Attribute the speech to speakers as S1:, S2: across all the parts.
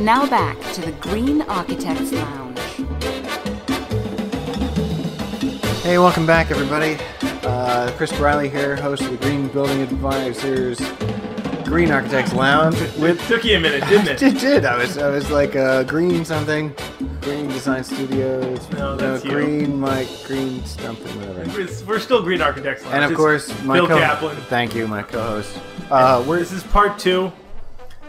S1: Now back to the Green Architects Lounge.
S2: Hey, welcome back, everybody. Uh, Chris Riley here, host of the Green Building Advisors Green Architects Lounge. With
S3: It took you a minute, didn't it?
S2: it did. I was I was like uh, green something, green design studios.
S3: No, that's you.
S2: green Mike, green something, whatever.
S3: It's- We're still Green Architects. Lounge.
S2: And of
S3: It's
S2: course, my
S3: Bill
S2: co-
S3: Kaplan.
S2: Thank you, my co-host. Uh, we're
S3: This is part two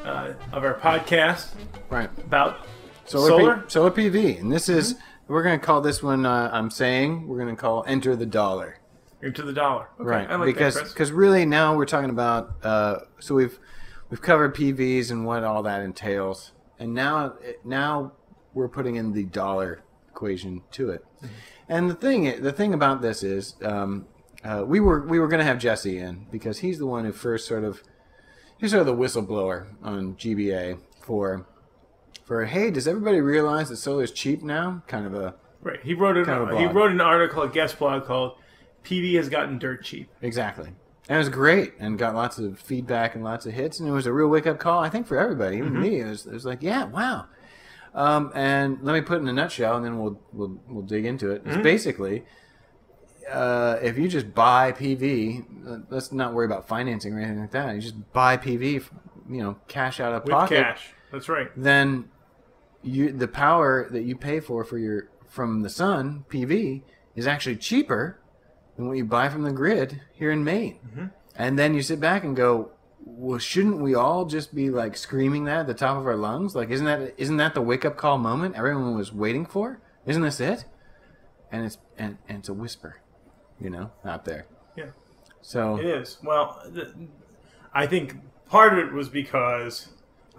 S3: uh, of our podcast
S2: right.
S3: about
S2: Solar, Mm-hmm.
S3: solar.
S2: P- solar PV, and this is we're gonna call this one. Uh, I'm saying we're gonna call "Enter the Dollar."
S3: into the dollar. Okay,
S2: right
S3: I like
S2: because
S3: that, Chris.
S2: because really now we're talking about uh, so we've we've covered pvs and what all that entails and now now we're putting in the dollar equation to it
S3: Mm-hmm.
S2: and the thing i- the thing about this is um, uh, we were we were going to have jesse in because he's the one who first sort of he's sort of the whistleblower on gba for for hey does everybody realize that solar is cheap now kind of a
S3: Right. He wrote an
S2: Kind of a
S3: he
S2: blog.
S3: wrote an article, a guest blog called "PV has gotten dirt cheap."
S2: Exactly. And it was great and got lots of feedback and lots of hits. And it was a real wake up call, I think, for everybody, even
S3: Mm-hmm.
S2: me. It was, it was like, yeah, wow. Um, and let me put it in a nutshell and then we'll, we'll, we'll dig into it. It's
S3: Mm-hmm.
S2: basically uh, if you just buy PV, uh, let's not worry about financing or anything like that. You just buy PV, f- you know, cash out of
S3: With
S2: pocket
S3: cash. That's right.
S2: then you the power that you pay for for your from the sun PV is actually cheaper than what you buy from the grid here in Maine.
S3: Mm-hmm.
S2: And then you sit back and go, well, shouldn't we all just be like screaming that at the top of our lungs? Like, isn't that isn't that the wake up call moment everyone was waiting for? Isn't this it? And it's and, and it's a whisper, you know, out there.
S3: Yeah.
S2: So
S3: It is. Well, th- I think part of it was because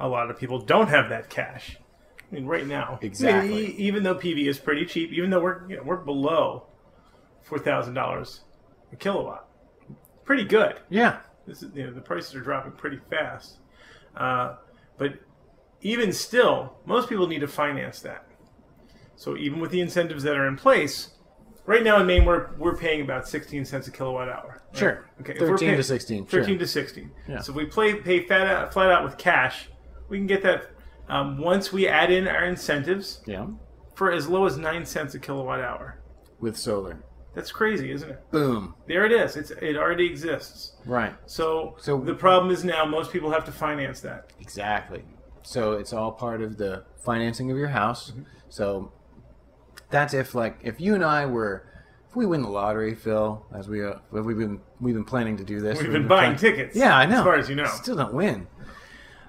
S3: a lot of people don't have that cash. I mean, right now, I mean,
S2: Exactly.
S3: e- even though PV is pretty cheap, even though we're you know, we're below four thousand dollars a kilowatt, pretty good.
S2: yeah,
S3: This is you know the prices are dropping pretty fast, uh, but even still, most people need to finance that. So even with the incentives that are in place, right now in Maine we're we're paying about sixteen cents a kilowatt hour. right?
S2: Sure.
S3: Okay. if
S2: 13
S3: we're paying-
S2: to 16, sure.
S3: Thirteen to sixteen.
S2: Yeah.
S3: So if we play pay flat out, flat out with cash, we can get that um, once we add in our incentives
S2: yeah,
S3: for as low as nine cents a kilowatt hour.
S2: with solar,
S3: That's crazy, isn't it?
S2: boom,
S3: There it is. It's it already exists.
S2: right.
S3: So,
S2: So-
S3: the problem is now most people have to finance that.
S2: Exactly. So it's all part of the financing of your house.
S3: Mm-hmm.
S2: So that's if like if you and I were if we win the lottery, Phil, as we uh, we've been we've been planning to do this.
S3: We've been buying
S2: plan-
S3: tickets.
S2: Yeah, I know.
S3: As far as you know.
S2: still don't win.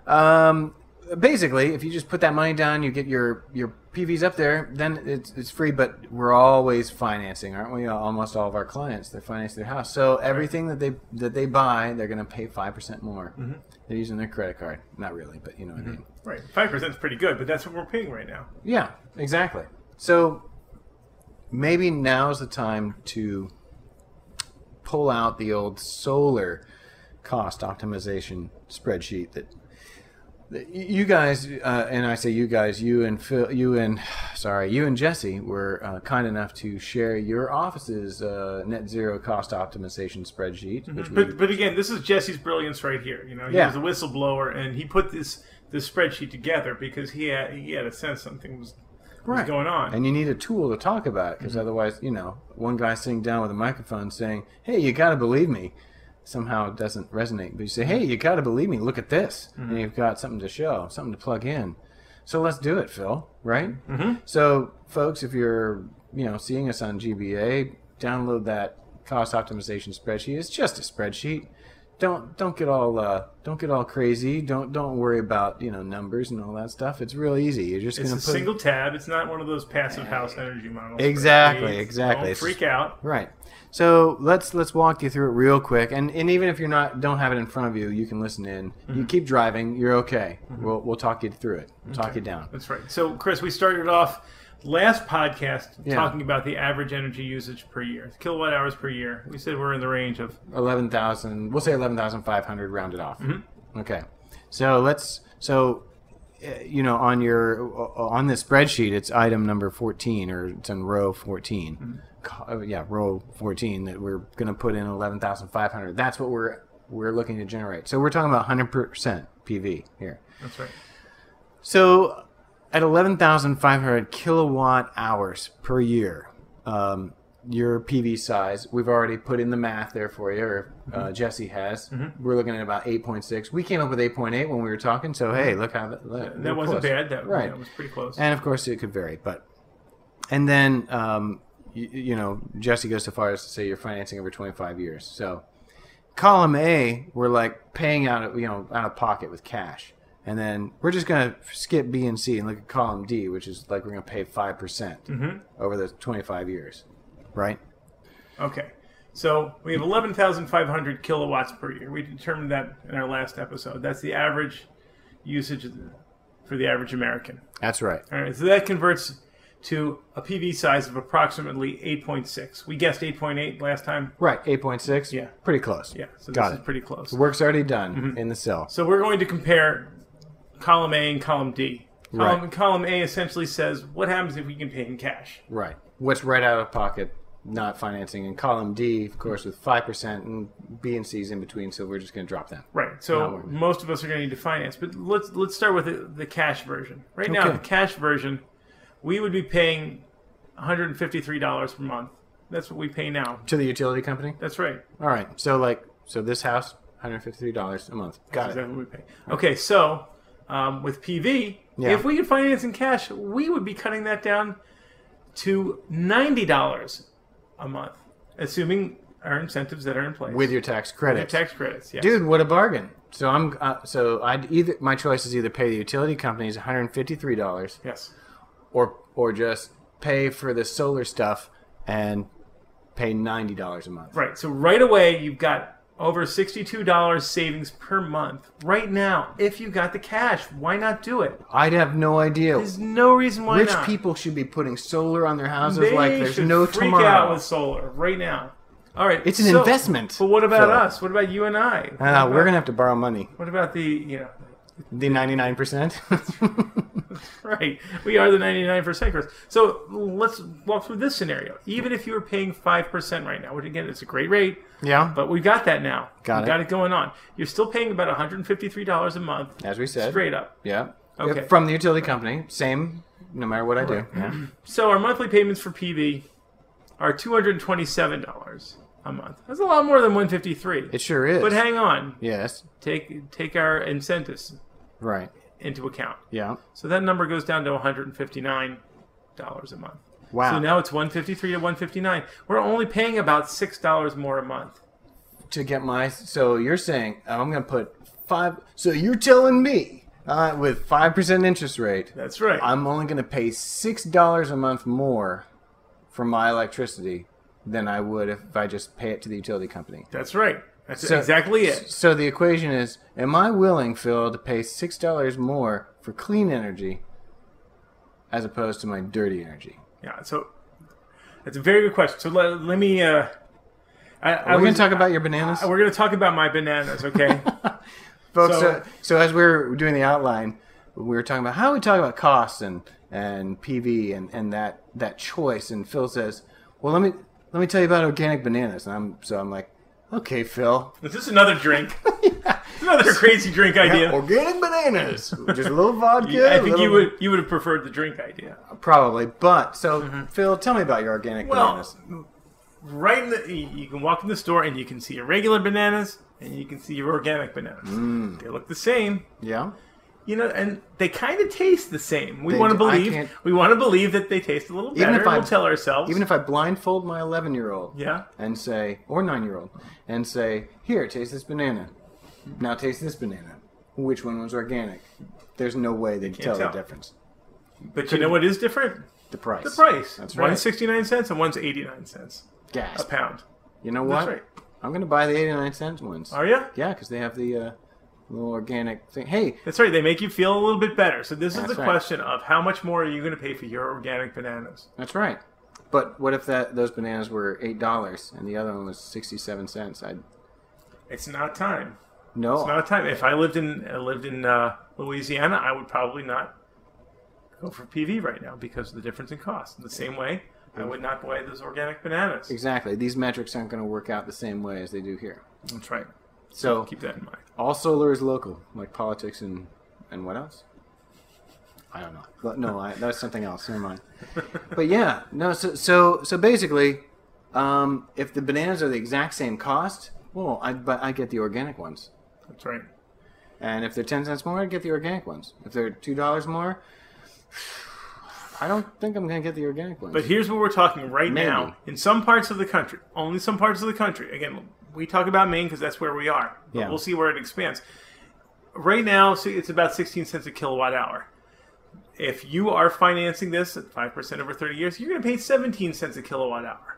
S2: Um, basically, if you just put that money down, you get your your PVs up there, then it's it's free. But we're always financing, aren't we? Almost all of our clients they're financing their house, so everything that they that they buy, they're going to pay five percent more.
S3: Mm-hmm.
S2: They're using their credit card, not really, but you know what I mean.
S3: Right. Five percent is pretty good, but that's what we're paying right now.
S2: Yeah, exactly. So maybe now's the time to pull out the old solar cost optimization spreadsheet that, that y- you guys uh, and I say you guys, you and Phil, you and sorry, you and Jesse were uh, kind enough to share your office's uh, net zero cost optimization spreadsheet, which we
S3: But but again, this is Jesse's brilliance right here. You know, he
S2: Yeah.
S3: was a whistleblower and he put this this spreadsheet together because he had he had a sense something was was
S2: Right.
S3: going on.
S2: and you need a tool to talk about it
S3: Mm-hmm.
S2: because otherwise you know one guy sitting down with a microphone saying hey you got to believe me somehow it doesn't resonate but you say
S3: Mm-hmm.
S2: hey you got to believe me look at this and you've got something to show something to plug in so let's do it phil right mm-hmm. so folks if you're you know seeing us on gba download that cost optimization spreadsheet it's just a spreadsheet don't don't get all uh, don't get all crazy. Don't don't worry about you know numbers and all that stuff. It's real easy. You're just
S3: it's
S2: gonna
S3: a
S2: put
S3: single tab. It's not one of those passive house energy models.
S2: Exactly,
S3: spreadsheets.
S2: exactly.
S3: Don't
S2: It's-
S3: freak out.
S2: Right. So let's let's walk you through it real quick, and and even if you're not don't have it in front of you, you can listen in. You keep driving, you're okay. We'll we'll talk you through it, we'll talk you down.
S3: That's right. So, Chris, we started off last podcast
S2: Yeah.
S3: talking about the average energy usage per year, kilowatt hours per year. We said we're in the range of
S2: Eleven thousand, we'll say eleven thousand five hundred, rounded off. Okay. So let's so uh, you know on your uh, on this spreadsheet, it's item number fourteen, or it's in row 14 Co- uh, Yeah, row fourteen that we're going to put in eleven thousand five hundred. That's what we're we're looking to generate. So we're talking about hundred percent PV here.
S3: that's right.
S2: So, at 11,500 kilowatt hours per year, um, your PV size, we've already put in the math there for you, or uh,
S3: Mm-hmm.
S2: Jesse has. We're looking at about 8.6. We came up with 8.8 when we were talking, so hey, look how that. That,
S3: That wasn't bad. That,
S2: Right.
S3: that was pretty close.
S2: And of course, it could vary, but and then um, you, you know Jesse goes so far as to say you're financing over 25 years. So column A, we're like paying out of you know out of pocket with cash, and then we're just gonna skip B and C and look at column D, which is like we're gonna pay five percent
S3: Mm-hmm.
S2: over the 25 years, right?
S3: Okay. So we have 11,500 kilowatts per year. We determined that in our last episode. That's the average usage of the- for the average American.
S2: That's right.
S3: All right. So that converts to a PV size of approximately 8.6. We guessed 8.8 last time.
S2: Right, 8.6.
S3: Yeah.
S2: pretty close.
S3: Yeah. Mm-hmm. So
S2: got
S3: this is
S2: it.
S3: pretty close.
S2: The work's already done in the cell.
S3: So we're going to compare column A and column D. Column,
S2: Right.
S3: column A essentially says what happens if we can pay in cash.
S2: Right. What's right out of pocket, not financing. And column D, of course, with 5%, and B and C's in between, so we're just going to drop them.
S3: Right.
S2: Not
S3: So
S2: worth it.
S3: most of us are going to need to finance, but let's let's start with the, the cash version. Right now,
S2: Okay.
S3: the cash version, we would be paying one hundred and fifty three dollars per month. That's what we pay now.
S2: To the utility company?
S3: That's right.
S2: All right. So, like, so this house, $153 a month. Got
S3: That's
S2: it.
S3: exactly what we pay. Okay. So um, with PV,
S2: Yeah.
S3: if we could finance in cash, we would be cutting that down to ninety dollars a month, assuming our incentives that are in place
S2: With your tax credit.
S3: tax credits. Yes.
S2: Dude, what a bargain. So I'm uh, so I'd either my choice is either pay the utility companies $153
S3: Yes.
S2: or or just pay for the solar stuff and pay $90 a month.
S3: Right. So right away, you've got over $62 savings per month right now. If you got the cash, why not do it?
S2: I'd have no idea.
S3: There's no reason why
S2: Rich
S3: not.
S2: people should be putting solar on their houses
S3: they
S2: like there's
S3: should
S2: no
S3: freak
S2: tomorrow.
S3: out with solar right now. All right.
S2: It's an
S3: so-
S2: investment,
S3: But what about
S2: Phil.
S3: us? What about you and I? What
S2: Ah,
S3: about-
S2: we're gonna have to borrow money.
S3: What about the you know?
S2: The ninety nine percent.
S3: Right. We are the 99% Chris. So let's walk through this scenario. Even if you were paying 5% right now, which again it's a great rate,
S2: Yeah,
S3: but we've got that now.
S2: Got
S3: we
S2: it.
S3: got it going on. You're still paying about $153 a month.
S2: as we said.
S3: Straight up.
S2: Yeah.
S3: Okay.
S2: From the utility company, same. No matter what I do. Yeah.
S3: So our monthly payments for PV are two hundred twenty-seven dollars a month. That's a lot more than one fifty-three.
S2: It sure is.
S3: But hang on,
S2: Yes.
S3: take take our incentives
S2: Right.
S3: into account.
S2: Yeah.
S3: So that number goes down to one hundred and fifty-nine dollars a month.
S2: Wow.
S3: So now it's one fifty-three to one fifty-nine. We're only paying about six dollars more a month.
S2: to get my. So you're saying oh, I'm gonna put five. So you're telling me uh, with five percent interest rate,
S3: That's right.
S2: I'm only gonna pay six dollars a month more for my electricity than I would if I just pay it to the utility company.
S3: That's right. That's
S2: So-
S3: exactly it.
S2: So the equation is: Am I willing, Phil, to pay six dollars more for clean energy as opposed to my dirty energy?
S3: Yeah. So that's a very good question. So let, let me. Uh, I, I
S2: We're going
S3: was- uh,
S2: to talk about your bananas,
S3: We're going to talk about my bananas. Okay.
S2: folks.
S3: so-
S2: So, so as we were doing the outline, we were talking about how we talk about costs and and PV and and that that choice. And Phil says, "Well, let me let me tell you about organic bananas." And I'm so I'm like, "Okay, Phil,
S3: Is this another drink? Another crazy drink idea.
S2: organic bananas, just a little vodka."
S3: I
S2: a
S3: think
S2: little-
S3: you would you would have preferred the drink idea.
S2: probably, but so Phil, tell me about your organic
S3: Mm-hmm. Well,
S2: bananas.
S3: right in the you you can walk in the store and you can see your regular bananas and you can see your organic bananas.
S2: Mm.
S3: They look the same,
S2: Yeah.
S3: you know, and they kind of taste the same. We
S2: They
S3: want to
S2: do- I
S3: believe
S2: can't-
S3: we want to believe that they taste a little
S2: Even
S3: better.
S2: if I-
S3: we'll tell ourselves.
S2: Even if I blindfold my 11 year old
S3: yeah,
S2: and say, or 9 year old, and say, here, taste this banana. Now taste this banana. Which one was organic? There's no way they'd tell,
S3: tell.
S2: the difference.
S3: but you know what is different?
S2: The price.
S3: The price.
S2: That's
S3: One's
S2: right.
S3: sixty nine cents and one's eighty nine cents a
S2: Gas.
S3: pound.
S2: You know what?
S3: right.
S2: I'm going to buy the 89 cent ones.
S3: Are you?
S2: Yeah, because they have the uh, little organic thing. Hey,
S3: That's right. They make you feel a little bit better. So this is
S2: That's
S3: the
S2: right.
S3: question of how much more are you going to pay for your organic bananas?
S2: that's right. But what if that those bananas were eight dollars and the other one was sixty seven cents? I'd
S3: It's not time.
S2: no.
S3: It's not time. If I lived in I lived in uh, Louisiana, I would probably not go for PV right now because of the difference in cost. In the same way, I would not buy those organic bananas.
S2: Exactly. These metrics aren't going to work out the same way as they do here.
S3: That's right.
S2: So
S3: Keep that in mind.
S2: all solar is local, like politics and and what else? I don't know. But No, I, that's something else. Never mind. But yeah, no. So so so basically, um, if the bananas are the exact same cost, well, I but I get the organic ones.
S3: That's right.
S2: And if they're ten cents more, I get the organic ones. If they're two dollars more, I don't think I'm gonna get the organic ones.
S3: But here's what we're talking right
S2: Maybe.
S3: now. In some parts of the country, only some parts of the country. Again, we talk about Maine because that's where we are. But
S2: Yeah.
S3: We'll see where it expands. Right now, see, it's about 16 cents a kilowatt hour. If you are financing this at 5% over 30 years, you're going to pay 17 cents a kilowatt hour.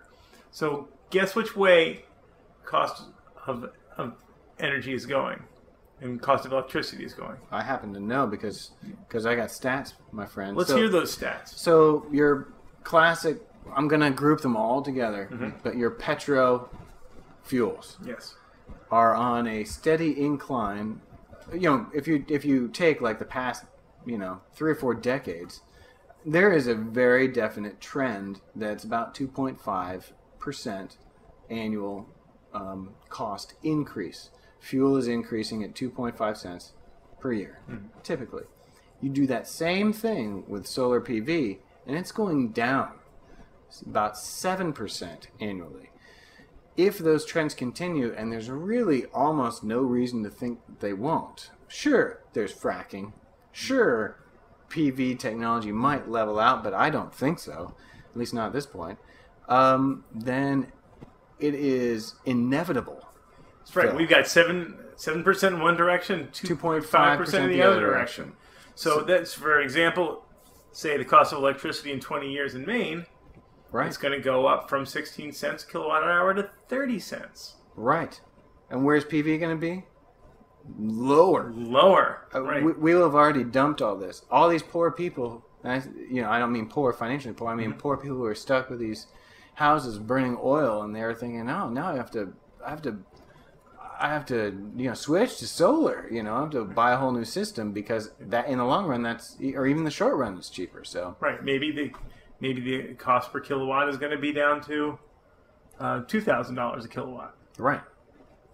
S3: So guess which way cost of, of energy is going and cost of electricity is going.
S2: I happen to know because because I got stats, my friend.
S3: Let's
S2: So-
S3: hear those stats.
S2: So your classic, I'm gonna group them all together, but your petro fuels
S3: Yes.
S2: are on a steady incline. You know, if you if you take like the past, you know, three or four decades, there is a very definite trend that's about 2.5 percent annual um, cost increase. Fuel is increasing at 2.5 cents per year, typically. You do that same thing with solar PV, and it's going down It's about 7% annually. If those trends continue, and there's really almost no reason to think that they won't, sure, there's fracking. Sure, PV technology might level out, but I don't think so, at least not at this point. Um, then it is inevitable
S3: That's right.
S2: So-
S3: We've got seven seven percent in one direction, two point
S2: 2.5%
S3: five percent in the other direction. So that's for example, say the cost of electricity in twenty years in Maine,
S2: Right.
S3: it's going to go up from sixteen cents kilowatt hour to thirty cents
S2: Right. And where's PV going to be? Lower.
S3: lower.
S2: Uh,
S3: right.
S2: we, we will have already dumped all this. All these poor people, and I, you know, I don't mean poor financially poor. I mean
S3: Mm-hmm.
S2: poor people who are stuck with these houses burning oil, and they're thinking, oh, now I have to, I have to, I have to, you know, switch to solar. You know, I have to buy a whole new system because that, in the long run, that's or even the short run, it's cheaper. So
S3: right. Maybe the maybe the cost per kilowatt is going to be down to uh, two thousand dollars a kilowatt.
S2: right,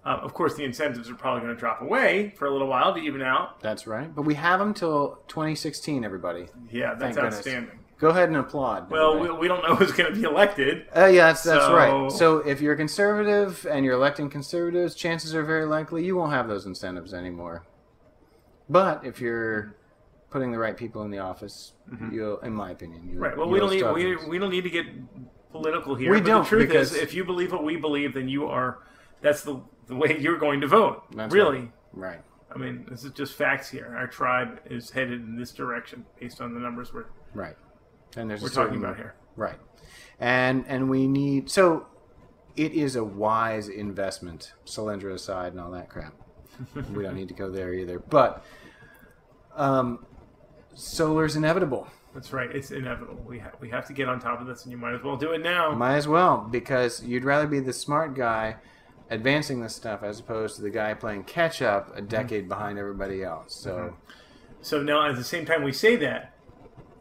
S3: Uh, of course, the incentives are probably going to drop away for a little while to even out.
S2: that's right. But we have them till 2016. Everybody,
S3: Yeah, that's
S2: Thank goodness.
S3: outstanding.
S2: go ahead and applaud.
S3: Well,
S2: everybody.
S3: we, we don't know who's going to be elected.
S2: Uh, yeah, that's, that's
S3: So-
S2: right. So if you're conservative and you're electing conservatives, chances are very likely you won't have those incentives anymore. But if you're putting the right people in the office, you'll, in my opinion, you
S3: Mm-hmm. Right. Well, we don't need we,
S2: we,
S3: we don't need to get political here.
S2: We
S3: but
S2: don't,
S3: The truth
S2: because-
S3: is, if you believe what we believe, then you are. That's the the way you're going to vote.
S2: That's
S3: really.
S2: right.
S3: I mean, this is just facts here. Our tribe is headed in this direction based on the numbers we're
S2: Right. And there's a
S3: we're talking
S2: certain-
S3: about here.
S2: Right. And and we need so it is a wise investment, Solyndra aside and all that crap. we don't need to go there either. But um solar's inevitable.
S3: That's right. It's inevitable. We ha- we have to get on top of this, and you might as well do it now.
S2: Might as well, because you'd rather be the smart guy advancing this stuff as opposed to the guy playing catch up
S3: Mm-hmm.
S2: a decade behind everybody else. So
S3: so now, at the same time, we say that.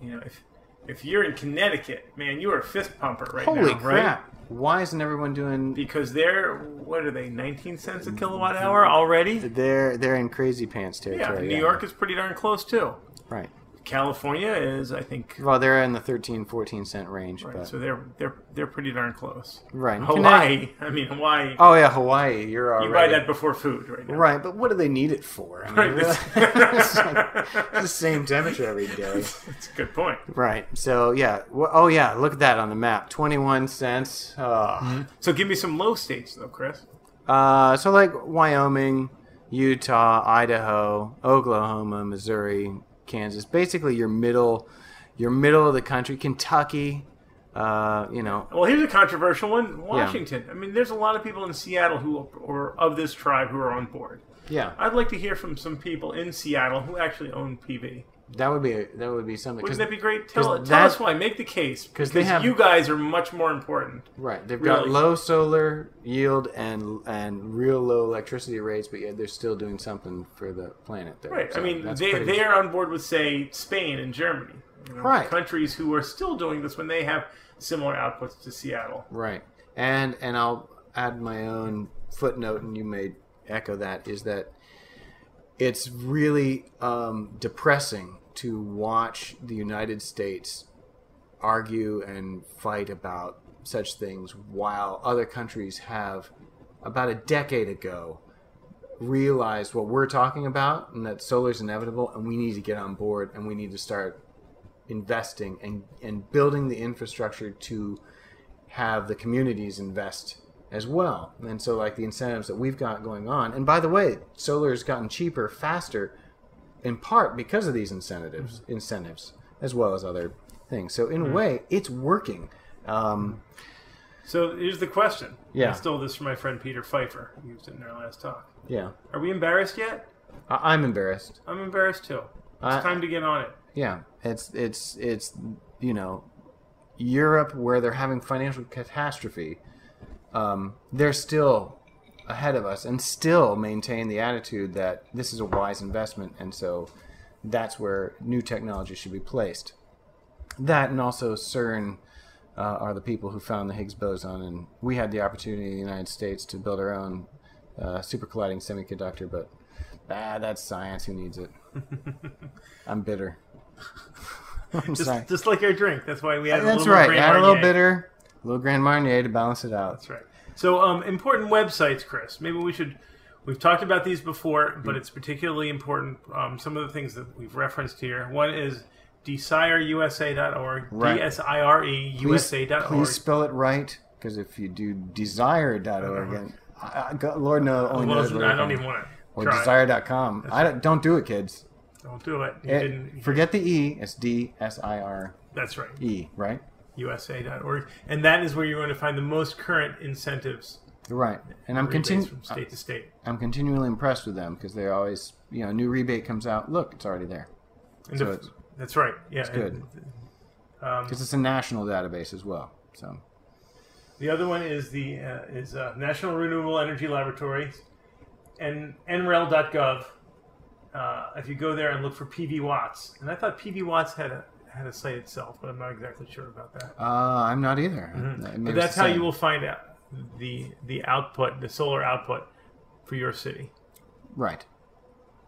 S3: You know, if if you're in Connecticut, man, you are a fist pumper right
S2: holy
S3: now, right?
S2: crap! Why isn't everyone doing?
S3: Because they're what are they? 19 cents
S2: Mm,
S3: a kilowatt hour already?
S2: They're they're in crazy pants
S3: Yeah,
S2: territory.
S3: New York is pretty darn close too.
S2: right?
S3: California is, I think,
S2: Well, they're in the 13, 14 cent range,
S3: right,
S2: but
S3: so they're they're they're pretty darn close.
S2: Right.
S3: Hawaii, I mean Hawaii.
S2: oh yeah, Hawaii, you're already
S3: you buy that before food, right? Now.
S2: right. But what do they need it for? I mean,
S3: Right,
S2: really-
S3: that's-
S2: it's like- it's the same temperature every day.
S3: That's a good point.
S2: Right. So yeah. Wh- Oh yeah. Look at that on the map. Twenty-one cents. Oh, Ugh.
S3: So give me some low states though, Chris.
S2: Uh, so like Wyoming, Utah, Idaho, Oklahoma, Missouri, Kansas. Basically, your middle, your middle of the country. Kentucky. Uh, you know.
S3: Well, here's a controversial one: Washington. I mean, there's a lot of people in Seattle who are of this tribe who are on board.
S2: Yeah.
S3: I'd like to hear from some people in Seattle who actually own PV.
S2: That would be that would be something.
S3: Wouldn't
S2: 'cause-
S3: that be great? Tell,
S2: 'cause
S3: tell
S2: that-
S3: us why. Make the case
S2: 'cause they have-
S3: you guys are much more important.
S2: Right. They've got
S3: Really.
S2: low solar yield and and real low electricity rates, but yet they're still doing something for the planet. There.
S3: Right.
S2: So
S3: I mean,
S2: that's
S3: they,
S2: pretty-
S3: they are on board with, say, Spain and Germany. you know,
S2: Right.
S3: Countries who are still doing this when they have similar outputs to Seattle.
S2: Right. And and I'll add my own footnote, and you may echo that is that it's really um, depressing to watch the United States argue and fight about such things while other countries have about a decade ago realized what we're talking about and that solar is inevitable and we need to get on board and we need to start investing and, and building the infrastructure to have the communities invest as well. And so like the incentives that we've got going on. And by the way, solar has gotten cheaper faster in part because of these incentives incentives as well as other things. So in a way, it's working. Um,
S3: So here's the question.
S2: Yeah.
S3: I stole this from my friend Peter Pfeiffer. He used it in our last talk.
S2: yeah.
S3: Are we embarrassed yet?
S2: I- I'm embarrassed.
S3: I'm embarrassed too. It's
S2: I-
S3: time to get on it.
S2: Yeah, it's it's it's you know, Europe where they're having financial catastrophe, um, they're still ahead of us and still maintain the attitude that this is a wise investment, and so that's where new technology should be placed. That and also CERN. Uh, are the people who found the Higgs boson, and we had the opportunity in the United States to build our own uh, super colliding semiconductor, but ah, that's science. Who needs it? I'm bitter. I'm sorry.
S3: Just, just like our drink. That's why we had a
S2: That's
S3: little
S2: right.
S3: Grand
S2: Add a little
S3: Marnier.
S2: bitter, a little Grand Marnier to balance it out.
S3: That's right. So, um, important websites, Chris. Maybe we should. We've talked about these before,
S2: Mm-hmm.
S3: but it's particularly important. Um, some of the things that we've referenced here. One is desireusa.org.
S2: Right.
S3: D-S-I-R-E
S2: Please-
S3: USA.org.
S2: Please spell it right, because if you do desire.org, and I, I, God- uh, Lord no, only
S3: Uh-huh. Well,
S2: knows
S3: listen,
S2: where
S3: I
S2: it
S3: don't
S2: comes-
S3: even want to
S2: or
S3: try.
S2: desire.com. I don't, don't do it, kids.
S3: Don't do it. You
S2: Eh,
S3: didn't.
S2: forget the E. It's D S I R
S3: That's right.
S2: E, right?
S3: USA.org, and that is where you're going to find the most current incentives
S2: You're right. And I'm
S3: rebates
S2: continu-
S3: from state to state.
S2: I'm continually impressed with them because they're always, you know, a new rebate comes out. Look, it's already there.
S3: And
S2: so
S3: the-
S2: it's-
S3: that's right. Yeah, and
S2: Good.
S3: Um,
S2: Because it's a national database as well. So,
S3: The other one is the uh, is uh, National Renewable Energy Laboratory, and E NREL.gov. Uh, if you go there and look for PV watts, and I thought PV watts had a had a site itself, but I'm not exactly sure about that.
S2: uh, I'm not either. Maybe
S3: Mm-hmm. but
S2: it's
S3: that's
S2: the
S3: how
S2: same.
S3: you will find out the the output, the solar output for your city.
S2: Right.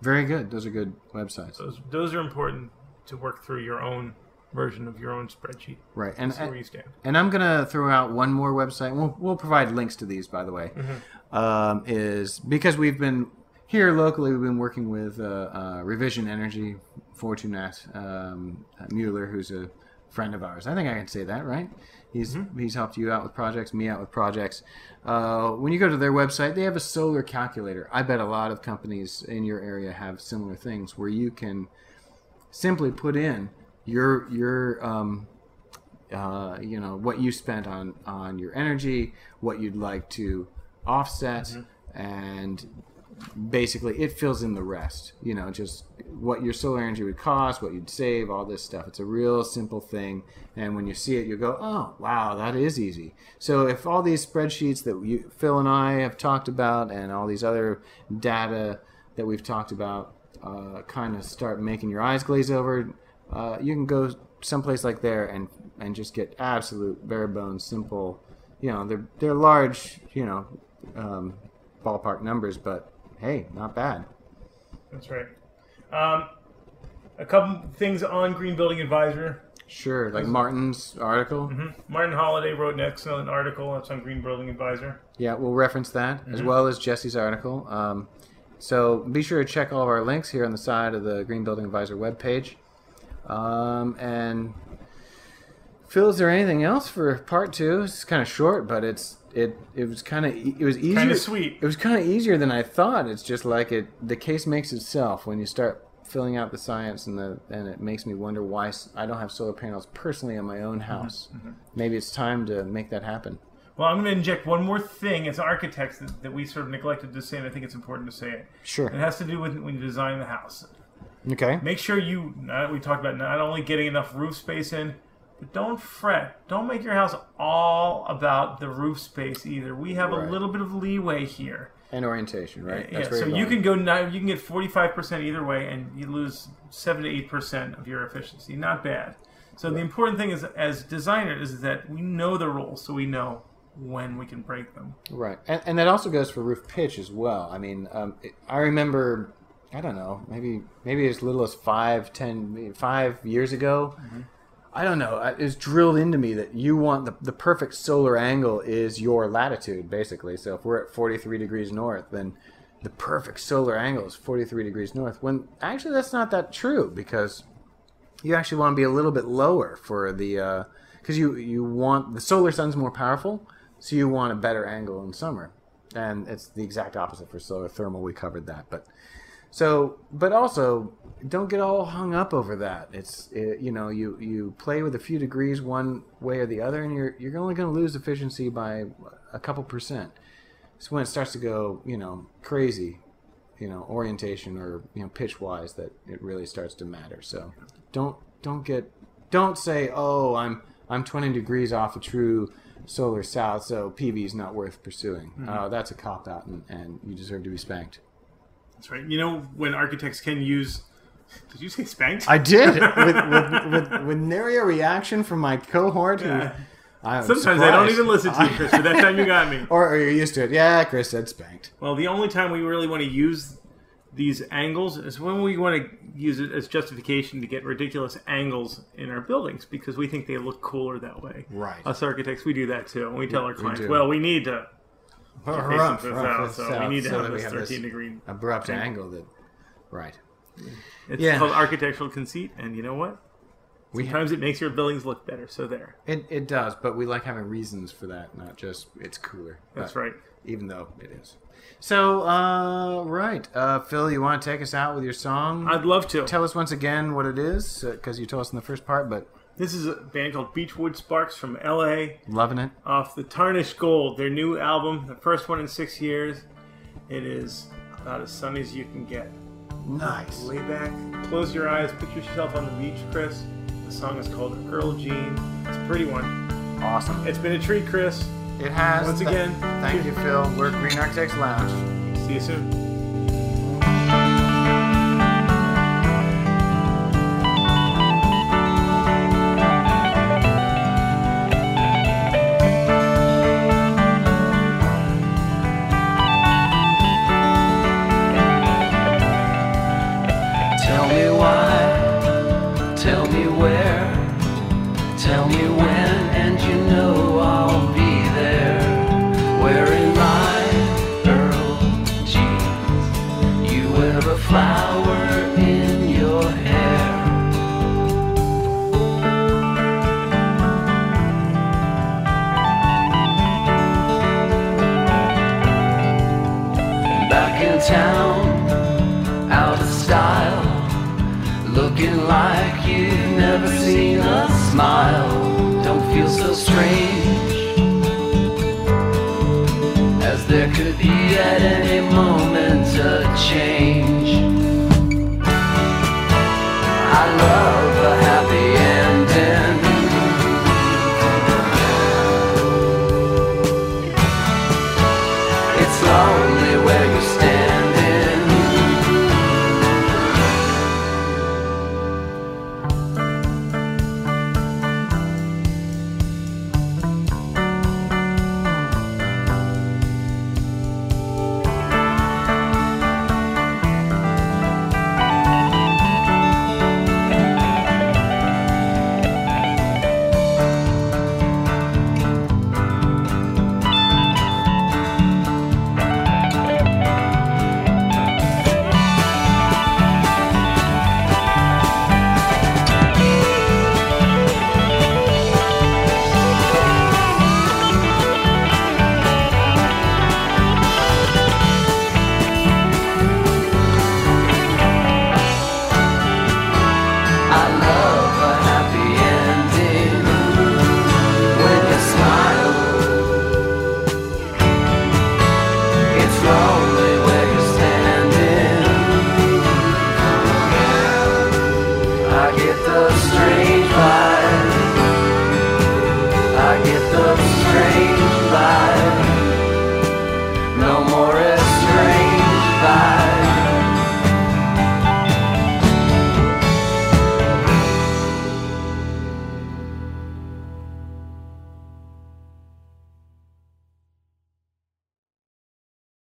S2: Very good. Those are good websites.
S3: Those those are important to work through your own version of your own spreadsheet.
S2: Right. And,
S3: See where you stand.
S2: and I'm gonna throw out one more website. We'll we'll provide links to these, by the way. Um, is because we've been here locally, we've been working with uh, uh, Revision Energy, Fortunat um, Mueller, who's a friend of ours. I think I can say that, right? He's he's helped you out with projects, me out with projects. Uh, when you go to their website, they have a solar calculator. I bet a lot of companies in your area have similar things where you can simply put in your your um, uh, you know what you spent on on your energy, what you'd like to offset, and basically it fills in the rest. You know, just what your solar energy would cost, what you'd save, all this stuff. It's a real simple thing, and when you see it, you go, "Oh, wow, that is easy." So if all these spreadsheets that you, Phil and I have talked about, and all these other data that we've talked about, uh, kind of start making your eyes glaze over, uh, you can go someplace like there and and just get absolute bare bones simple you know they're they're large you know um, ballpark numbers but hey not bad
S3: That's right. Um, a couple things on Green Building Advisor.
S2: sure like martin's article
S3: Martin Holliday wrote an excellent article. It's on Green Building Advisor.
S2: yeah we'll reference that as well as jesse's article um, so be sure to check all of our links here on the side of the green building advisor webpage um, and phil is there anything else for part two it's kind of short but it's it it was kind of it was easier
S3: Kind of sweet.
S2: It was kind of easier than I thought. It's just like it. The case makes itself when you start filling out the science, and the and it makes me wonder why s- I don't have solar panels personally on my own house. Maybe it's time to make that happen.
S3: Well, I'm going to inject one more thing as architects that, that we sort of neglected to say, and I think it's important to say it. It
S2: Sure.
S3: has to do with when you design the house.
S2: Okay.
S3: Make sure you, now that we talked about not only getting enough roof space in, but don't fret. Don't make your house all about the roof space either. We have
S2: Right.
S3: a little bit of leeway here.
S2: And orientation, right?
S3: yeah,
S2: where
S3: so
S2: you're
S3: you
S2: going.
S3: can go nine, you can get 45% either way and you lose 7 to 8% of your efficiency. Not bad. So the important thing is as designers is that we know the rules so we know when we can break them.
S2: Right, and, and that also goes for roof pitch as well. I mean, um, it, I remember I don't know, maybe maybe as little as five, ten, maybe five years ago.
S3: Mm-hmm.
S2: I don't know. I- It was drilled into me that you want the, the perfect solar angle is your latitude, basically. So if we're at 43 degrees north, then the perfect solar angle is 43 degrees north. When actually, that's not that true because you actually want to be a little bit lower for the because you you want the solar sun's more powerful, so you want a better angle in summer, and it's the exact opposite for solar thermal. We covered that, but so but also don't get all hung up over that. It's it, you know you you play with a few degrees one way or the other, and you're you're only going to lose efficiency by a couple percent. It's when it starts to go you know crazy. You know orientation or you know pitch wise that it really starts to matter. So don't don't get don't say oh i'm i'm 20 degrees off a true solar south so pv is not worth pursuing uh, that's a cop out and, and you deserve to be spanked
S3: That's right. You know when architects can use. Did you say spanked?
S2: i did with with with, with nary a reaction from my cohort who,
S3: Yeah.
S2: I'm
S3: Sometimes I don't
S2: surprised.
S3: even listen to you, Chris. But that time you got me.
S2: or, or you're used to it yeah chris said spanked
S3: Well, the only time we really want to use these angles is when we want to use it as justification to get ridiculous angles in our buildings because we think they look cooler that way.
S2: Right.
S3: Us architects, we do that too. And we tell our
S2: we
S3: clients,
S2: do.
S3: well, we need to face it
S2: Rumph,
S3: to the
S2: rumph,
S3: south,
S2: the
S3: so
S2: south,
S3: we need to
S2: so
S3: have
S2: that we
S3: this 13 degree.
S2: abrupt
S3: thing."
S2: angle that right
S3: It's
S2: Yeah.
S3: called architectural conceit, and you know what?
S2: we have
S3: Sometimes it makes your buildings look better. So there.
S2: it, it does but we like having reasons for that not just it's cooler
S3: That's
S2: But-
S3: right.
S2: even though it is. So, uh, right, uh, Phil, you want to take us out with your song?
S3: I'd love to.
S2: Tell us once again what it is, because you told us in the first part, but
S3: This is a band called Beachwood Sparks from LA.
S2: loving it.
S3: off the Tarnished Gold, their new album, the first one in six years. It is about as sunny as you can get.
S2: Nice.
S3: Lay back, close your eyes, put yourself on the beach, Chris. The song is called Earl Jean. It's a pretty one.
S2: Awesome.
S3: It's been a treat, Chris.
S2: It has.
S3: Once
S2: Th-
S3: again,
S2: thank you, Phil. We're Green Architects Lounge.
S3: See you soon.
S4: Tell me why, tell me where, tell me when, and you know I'll be there. Wearing my Earl jeans, you wear a flower in your hair. Back in town, out of style, looking like you've never seen a smile. Don't feel so strange, as there could be at any moment a change. I love.